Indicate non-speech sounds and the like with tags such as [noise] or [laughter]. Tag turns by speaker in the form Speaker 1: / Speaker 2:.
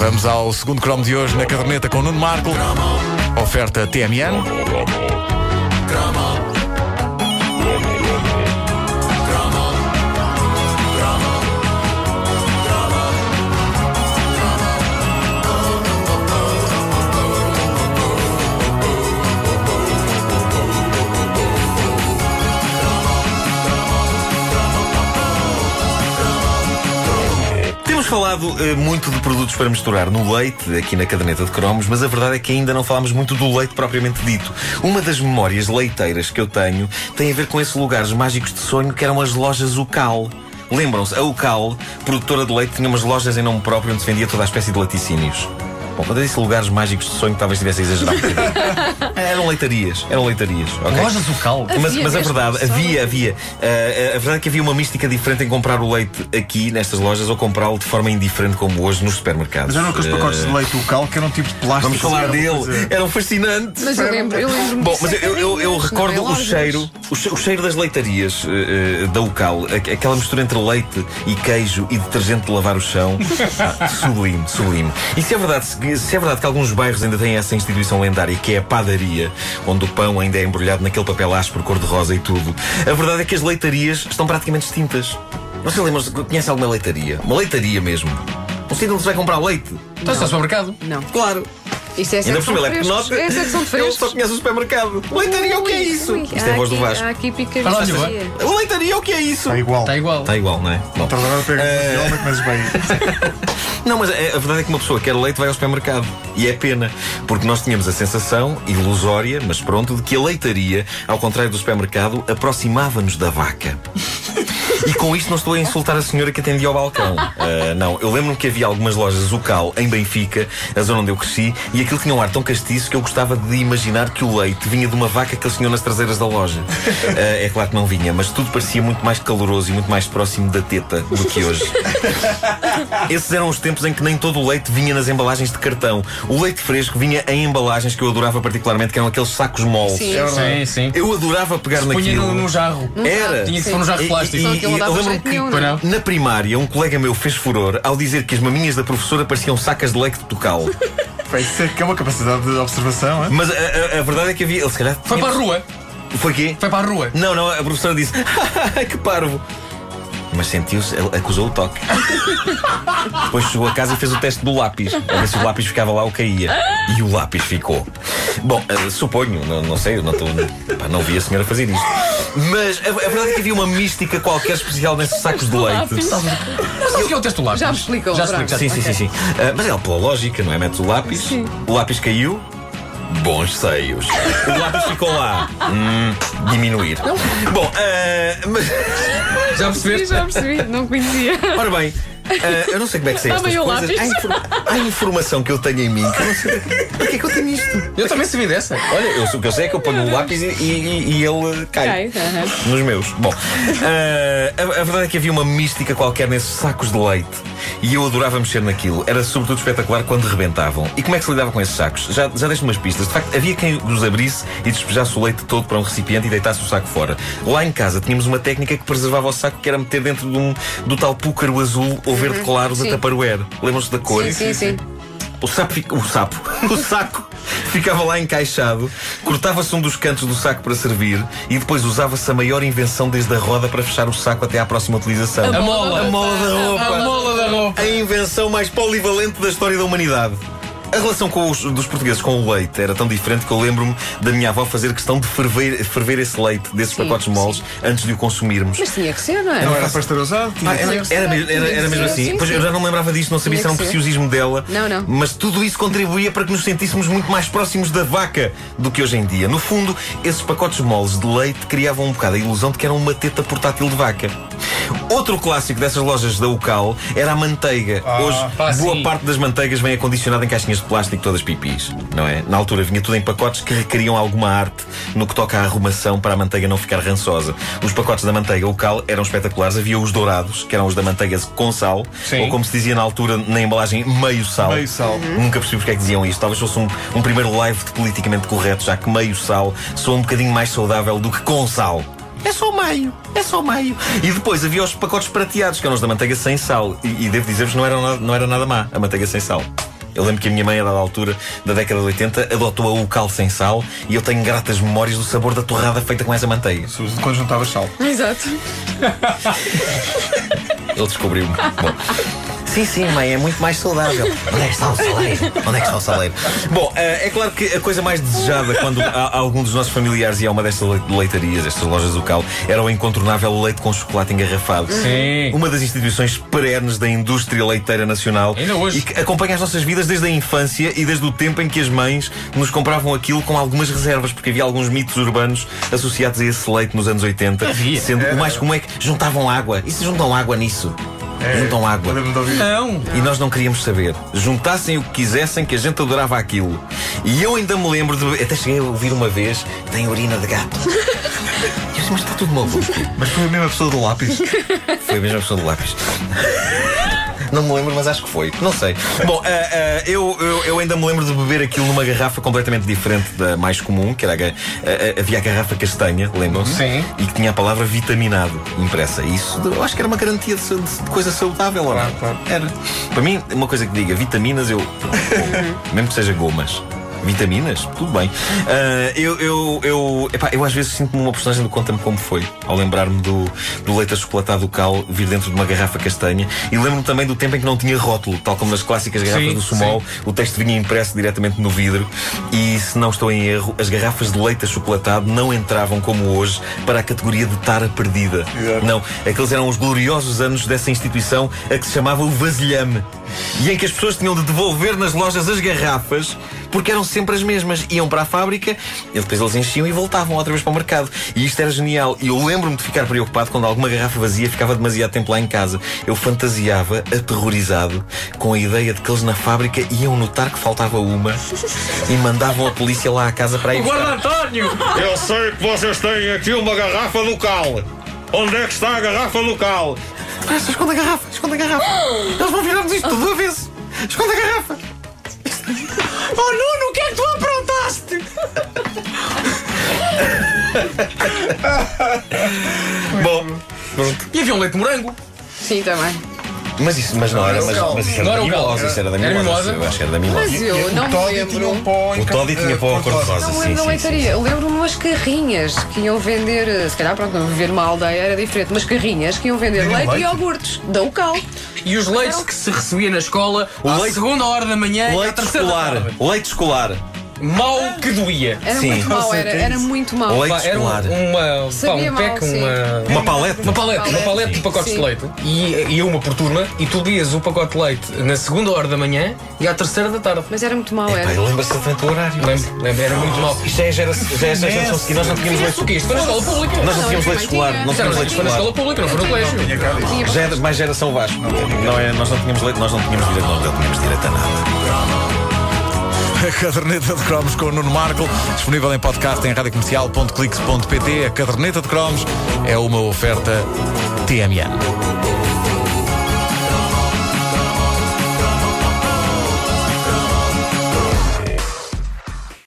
Speaker 1: Vamos ao segundo cromo de hoje na caderneta com Nuno Marco. Oferta TMN.
Speaker 2: Temos falado eh, muito de produtos para misturar no leite, aqui na caderneta de cromos, mas a verdade é que ainda não falámos muito do leite propriamente dito. Uma das memórias leiteiras que eu tenho tem a ver com esses lugares mágicos de sonho que eram as lojas Ucal. Lembram-se, a Ucal, produtora de leite, tinha umas lojas em nome próprio onde se vendia toda a espécie de laticínios. Bom, quando eu disse lugares mágicos de sonho, talvez tivesse exagerado. um bocadinho. eram leitarias, eram leitarias. ok?
Speaker 3: Lojas do Cal.
Speaker 2: Mas,
Speaker 4: Havia
Speaker 2: mas a
Speaker 4: mesmo,
Speaker 2: verdade,
Speaker 4: só-
Speaker 2: havia, havia. Ah, a verdade é que havia uma mística diferente em comprar o leite aqui nestas lojas ou comprá-lo de forma indiferente como hoje nos supermercados.
Speaker 3: Mas eram aqueles
Speaker 2: Ah,
Speaker 3: pacotes de leite local que eram tipo de plástico. um
Speaker 2: Vamos falar
Speaker 3: Era uma
Speaker 2: dele. um
Speaker 3: coisa-
Speaker 2: Eram fascinantes.
Speaker 4: Mas eu lembro, eu lembro
Speaker 2: Bom, mas eu, eu- eu- eu recordo o cheiro, o che- o cheiro das leitarias eh, eh, da Ucal, a- aquela mistura entre leite e queijo e detergente de lavar o chão. Ah, sublime, sublime. E se é, verdade, se- se é verdade que alguns bairros ainda têm essa instituição lendária, que é a padaria, onde o pão ainda é embrulhado naquele papel áspero, cor-de-rosa e tudo, a verdade é que as leitarias estão praticamente extintas. Não sei, lembram-se, conhece alguma leitaria? Uma leitaria mesmo. Um sítio onde se vai comprar leite.
Speaker 3: Então está supermercado.
Speaker 4: Não,
Speaker 2: Claro.
Speaker 4: isto é
Speaker 2: Ainda
Speaker 4: secção
Speaker 2: por cima,
Speaker 4: de
Speaker 2: ele é
Speaker 4: frescos.
Speaker 2: pequenote.
Speaker 4: É secção de
Speaker 2: Ele só
Speaker 4: frescos.
Speaker 2: conhece o supermercado. Leitaria, o que é
Speaker 4: Ui,
Speaker 2: isso?
Speaker 4: ui,
Speaker 2: Isto
Speaker 4: há
Speaker 2: é a voz do
Speaker 4: aqui-
Speaker 2: Vasco.
Speaker 4: Há aqui pica
Speaker 3: Fala, Joana.
Speaker 2: Leitaria, o que é isso?
Speaker 3: Está igual.
Speaker 5: Está igual.
Speaker 2: Está igual, não é? Bom.
Speaker 3: Então agora pega
Speaker 2: Eh,
Speaker 3: um mas bem.
Speaker 2: Não, mas é- a verdade é que uma pessoa que quer leite vai ao supermercado. E é pena, porque nós tínhamos a sensação, ilusória, mas pronto, de que a leitaria, ao contrário do supermercado, aproximava-nos da vaca. E com isto não estou a insultar a senhora que atendia ao balcão. Ah, não, eu lembro-me que havia algumas lojas Ucal em Benfica, a zona onde eu cresci, e aquilo tinha um ar tão castiço que eu gostava de imaginar que o leite vinha de uma vaca que eles tinham nas traseiras da loja. Ah, é claro que não vinha, mas tudo parecia muito mais caloroso e muito mais próximo da teta do que hoje. Esses eram os tempos em que nem todo o leite vinha nas embalagens de cartão. O leite fresco vinha em embalagens que eu adorava particularmente, que eram aqueles sacos moles.
Speaker 4: Sim.
Speaker 5: Sim, sim.
Speaker 2: Eu um- adorava pegar
Speaker 5: Punha
Speaker 2: naquilo.
Speaker 5: num, num jarro.
Speaker 2: Era.
Speaker 5: Tinha que ser um jarro
Speaker 2: E-
Speaker 5: de plástico.
Speaker 4: Só
Speaker 2: e-
Speaker 4: que ele
Speaker 2: e- eu
Speaker 4: não dava
Speaker 2: lembro
Speaker 4: jeito
Speaker 2: que-
Speaker 4: nenhum,
Speaker 5: Pois
Speaker 4: não
Speaker 5: não.
Speaker 4: é?
Speaker 2: Na primária, um colega meu fez furor ao dizer que as maminhas da professora pareciam sacas de leite de
Speaker 4: [laughs]
Speaker 2: tocal.
Speaker 3: Pá, Isso é que é uma capacidade de observação, é?
Speaker 2: Mas a, a- a verdade é que havia. Ele se calhar.
Speaker 5: Foi para a rua.
Speaker 2: Foi quê?
Speaker 5: Foi para a rua.
Speaker 2: Não, não, a professora disse. [laughs] que parvo. Mas sentiu-se, ele acusou o [laughs] toque. Depois chegou a casa e fez o teste do lápis. A ver se o lápis ficava lá ou caía. E o lápis ficou. Bom, eh, suponho, não, não sei, eu não, tô, pá, não vi a senhora fazer isto. Mas a, a verdade é que havia uma mística qualquer especial nesses sacos de leite.
Speaker 5: Mas sabes o que é o teste do lápis?
Speaker 4: Já me explicam,
Speaker 5: Já
Speaker 4: Vasco.
Speaker 5: explico. já
Speaker 2: Sim,
Speaker 5: explico.
Speaker 2: sim, sim, sim. Ah, mas é pela lógica, não é? Metes o lápis, o lápis caiu, bons seios. O lápis ficou lá, hum, diminuir. Bom, ah, mas.
Speaker 5: Já percebeste?
Speaker 4: Já percebi, não
Speaker 2: [laughs]
Speaker 4: conhecia.
Speaker 2: Ora bem, ah, eu não sei como é que sei
Speaker 4: Está
Speaker 2: estas
Speaker 4: meio
Speaker 2: coisas.
Speaker 4: um lápis.
Speaker 2: Há, informa- há informação que eu tenho em mim que eu não sei. Para que é que eu tenho isto?
Speaker 5: Eu também sabia dessa.
Speaker 2: Olha, eu, o que eu sei é que eu ponho o lápis e, e- e ele
Speaker 4: Cai, aham.
Speaker 2: nos meus. Bom, ah, a, a verdade é que havia uma mística qualquer nesses sacos de leite. E eu adorava mexer naquilo. Era sobretudo espetacular quando rebentavam. E como é que se lidava com esses sacos? Já, já deixo umas pistas. De facto, havia quem os abrisse e despejasse o leite todo para um recipiente e deitasse o saco fora. Lá em casa tínhamos uma técnica que preservava o saco, que era meter dentro de um, do tal púcaro azul ou verde claro da
Speaker 4: Uhum. Sim.
Speaker 2: Tupperware. Lembram-se da cor?
Speaker 4: Sim, sim, sim.
Speaker 2: O sapo, fica- o sapo, [laughs] o saco ficava lá encaixado, cortava-se um dos cantos do saco para servir e depois usava-se a maior invenção desde a roda para fechar o saco até à próxima utilização.
Speaker 5: A mola.
Speaker 2: A mola da roupa.
Speaker 5: A mola da roupa.
Speaker 2: A invenção mais polivalente da história da humanidade. A relação com os- dos portugueses com o leite era tão diferente que eu lembro-me da minha avó fazer questão de ferver, ferver esse leite desses
Speaker 4: Sim,
Speaker 2: pacotes moles antes de o consumirmos.
Speaker 4: Mas tinha que ser, não é?
Speaker 3: Não era para estar usado?
Speaker 2: Ah, era,
Speaker 4: Tinha que ser,
Speaker 2: era mesmo- era-
Speaker 4: tinha que
Speaker 2: era mesmo
Speaker 4: ser,
Speaker 2: assim.
Speaker 4: sim,
Speaker 2: pois
Speaker 4: sim.
Speaker 2: eu já não lembrava disto, não sabia
Speaker 4: Tinha
Speaker 2: se era um
Speaker 4: que ser.
Speaker 2: preciosismo dela.
Speaker 4: Não, não.
Speaker 2: Mas tudo isso contribuía para que nos sentíssemos muito mais próximos da vaca do que hoje em dia. No fundo, esses pacotes moles de leite criavam um bocado a ilusão de que eram uma teta portátil de vaca. Outro clássico dessas lojas da Ucal era a manteiga. hoje,
Speaker 5: Ah, pá,
Speaker 2: boa
Speaker 5: sim.
Speaker 2: parte das manteigas vem acondicionada em caixinhas de plástico, todas pipis, não é? Na altura vinha tudo em pacotes que requeriam alguma arte no que toca à arrumação para a manteiga não ficar rançosa. Os pacotes da manteiga Ucal eram espetaculares, havia os dourados, que eram os da manteiga com sal,
Speaker 5: Sim.
Speaker 2: ou como se dizia na altura na embalagem, meio sal.
Speaker 3: Meio sal.
Speaker 2: Nunca percebi porque é que diziam isto. Talvez fosse um, um primeiro live de politicamente correto, já que meio sal soa um bocadinho mais saudável do que com sal. É só maio, é só maio. E depois havia os pacotes prateados, que eram os da manteiga sem sal. E, e devo dizer-vos, não, era nada- não era nada má a manteiga sem sal. Eu lembro que a minha mãe, a dada altura da década de 80, adotou a ucal sem sal e eu tenho gratas memórias do sabor da torrada feita com essa manteiga.
Speaker 3: Sobretudo Quando juntavas sal.
Speaker 2: é.
Speaker 4: Exato.
Speaker 2: Ele descobriu-me. Bom. Sim, sim, mãe, é muito mais saudável. Onde é que está o saleiro? Onde é que está o saleiro? Bom, eh, é claro que a coisa mais desejada quando há- há algum dos nossos familiares ia a uma destas le- leitarias, estas lojas do cal, era o incontornável leite com chocolate engarrafado.
Speaker 5: Sim.
Speaker 2: Uma das instituições perenes da indústria leiteira nacional.
Speaker 5: Ainda hoje.
Speaker 2: E que acompanha as nossas vidas desde a infância e desde o tempo em que as mães nos compravam aquilo com algumas reservas, porque havia alguns mitos urbanos associados a esse leite nos anos 80.
Speaker 5: Havia.
Speaker 2: Sendo o mais comum é que juntavam água. E se juntam água nisso? juntam água.
Speaker 3: Lembro-me de ouvir.
Speaker 5: Não.
Speaker 2: E nós não queríamos saber. Juntassem o que quisessem, que a gente adorava aquilo. E eu ainda me lembro de. Até cheguei a ouvir uma vez: tem urina de gato. E eu disse, mas está tudo maluco.
Speaker 3: Mas foi a mesma pessoa do lápis.
Speaker 2: Foi a mesma pessoa do lápis. Não me lembro, mas acho que foi. Não sei. Bom, ah, ah, eu, eu, eu ainda me lembro de beber aquilo numa garrafa completamente diferente da mais comum, que era a, ga- ah, ah, havia a garrafa castanha, lembram-se?
Speaker 5: Sim.
Speaker 2: E que tinha a palavra vitaminado impressa. Isso de- eu acho que era uma garantia de, sa- de coisa saudável, ou não?
Speaker 3: Claro, claro.
Speaker 2: Era. Para mim, uma coisa que diga vitaminas, eu. mesmo que seja gomas. Vitaminas? Tudo bem. Ah, eu, eu, eu, epá, eu às vezes sinto-me uma personagem do Conta-me Como Foi, ao lembrar-me do, do leite achocolatado do cal vir dentro de uma garrafa castanha. E lembro-me também do tempo em que não tinha rótulo, tal como nas clássicas garrafas
Speaker 5: Sim,
Speaker 2: do Sumol, o texto vinha impresso diretamente no vidro. E se não estou em erro, as garrafas de leite achocolatado não entravam como hoje para a categoria de tara perdida.
Speaker 3: Exato.
Speaker 2: Não, aqueles eram os gloriosos anos dessa instituição a que se chamava o vasilhame. E em que as pessoas tinham de devolver nas lojas as garrafas porque eram sempre as mesmas. Iam para a fábrica, e depois eles enchiam e voltavam outra vez para o mercado. E isto era genial. E eu lembro-me de ficar preocupado quando alguma garrafa vazia ficava demasiado tempo lá em casa. Eu fantasiava, aterrorizado, com a ideia de que eles na fábrica iam notar que faltava uma e mandavam a polícia lá à casa para ir buscar.
Speaker 5: Guarda António!
Speaker 6: Eu sei que vocês têm aqui uma garrafa no cal. Onde é que está a garrafa no cal?
Speaker 2: Ah, só esconde a garrafa, esconde a garrafa. Eles vão virar-nos isto tudo de uma vez. Esconde a garrafa. Oh Nuno, o que é que tu aprontaste? [laughs] Bom,
Speaker 5: E havia um leite de morango.
Speaker 4: Sim, também.
Speaker 2: mas isso, mas não, era, mas, mas isso era
Speaker 5: Não
Speaker 2: da
Speaker 5: era o
Speaker 2: mimosa,
Speaker 5: cal.
Speaker 2: isso era da
Speaker 5: Era
Speaker 2: mimosa.
Speaker 5: mimosa?
Speaker 2: Eu acho que era da mimosa.
Speaker 4: Mas eu não me
Speaker 3: Toddy tinha um
Speaker 4: lembro.
Speaker 3: pó em
Speaker 2: O
Speaker 3: ca-
Speaker 2: Toddy tinha
Speaker 3: eh,
Speaker 2: pó
Speaker 3: cor-de-rosa.
Speaker 2: cor-de-rosa,
Speaker 4: Não me
Speaker 2: sim,
Speaker 4: lembro da
Speaker 2: sim, sim.
Speaker 4: leitaria. Lembro-me umas carrinhas que iam vender, eh, se calhar, pronto, viver numa aldeia era diferente, mas carrinhas que iam vender
Speaker 3: Vendiam
Speaker 4: leite,
Speaker 3: leite?
Speaker 4: e iogurtes. Da Ucal.
Speaker 5: E os leites que se recebia na escola à
Speaker 2: leite-
Speaker 5: segunda hora da manhã e à
Speaker 2: Leite
Speaker 5: terceira da
Speaker 2: escolar,
Speaker 5: tarde.
Speaker 2: leite escolar,
Speaker 5: Mal que doía.
Speaker 4: Era
Speaker 2: Sim.
Speaker 4: muito mau,
Speaker 3: sei
Speaker 4: era,
Speaker 3: o que é
Speaker 4: era
Speaker 3: isso.
Speaker 4: muito mau.
Speaker 2: Leite
Speaker 5: Pá, Era um-
Speaker 2: escolar.
Speaker 5: uma, pá,
Speaker 4: Sabia
Speaker 5: um
Speaker 4: mal,
Speaker 5: pack,
Speaker 4: sim.
Speaker 5: uma...
Speaker 2: uma paleta.
Speaker 5: Uma palete, uma
Speaker 4: Palete.
Speaker 5: palete de pacotes
Speaker 4: Sim.
Speaker 5: de leite e, e uma por turma e tu lias o pacote de leite na segunda hora da manhã e à terceira da tarde.
Speaker 4: Mas era muito mau, era.
Speaker 2: Pai, lembra-se também do horário.
Speaker 5: Lembro, lembro, era muito mal.
Speaker 2: Isto já é geração, já é geração seguinte, nós não tínhamos leite
Speaker 5: Fizeste o quê? Isto foi na escola pública.
Speaker 2: Nós
Speaker 5: Nós
Speaker 2: não tínhamos leite escolar, não tínhamos leite
Speaker 5: foi na
Speaker 2: escolar.
Speaker 5: escola pública, não foi no colégio.
Speaker 2: Já é de mais geração Vasco. Não é, nós não tínhamos leite, nós não tínhamos direito, nós não tínhamos direito a nada.
Speaker 1: A caderneta de cromos com o Nuno Marco, disponível em podcast em radiocomercial.clix.pt. A caderneta de cromos é uma oferta TMN.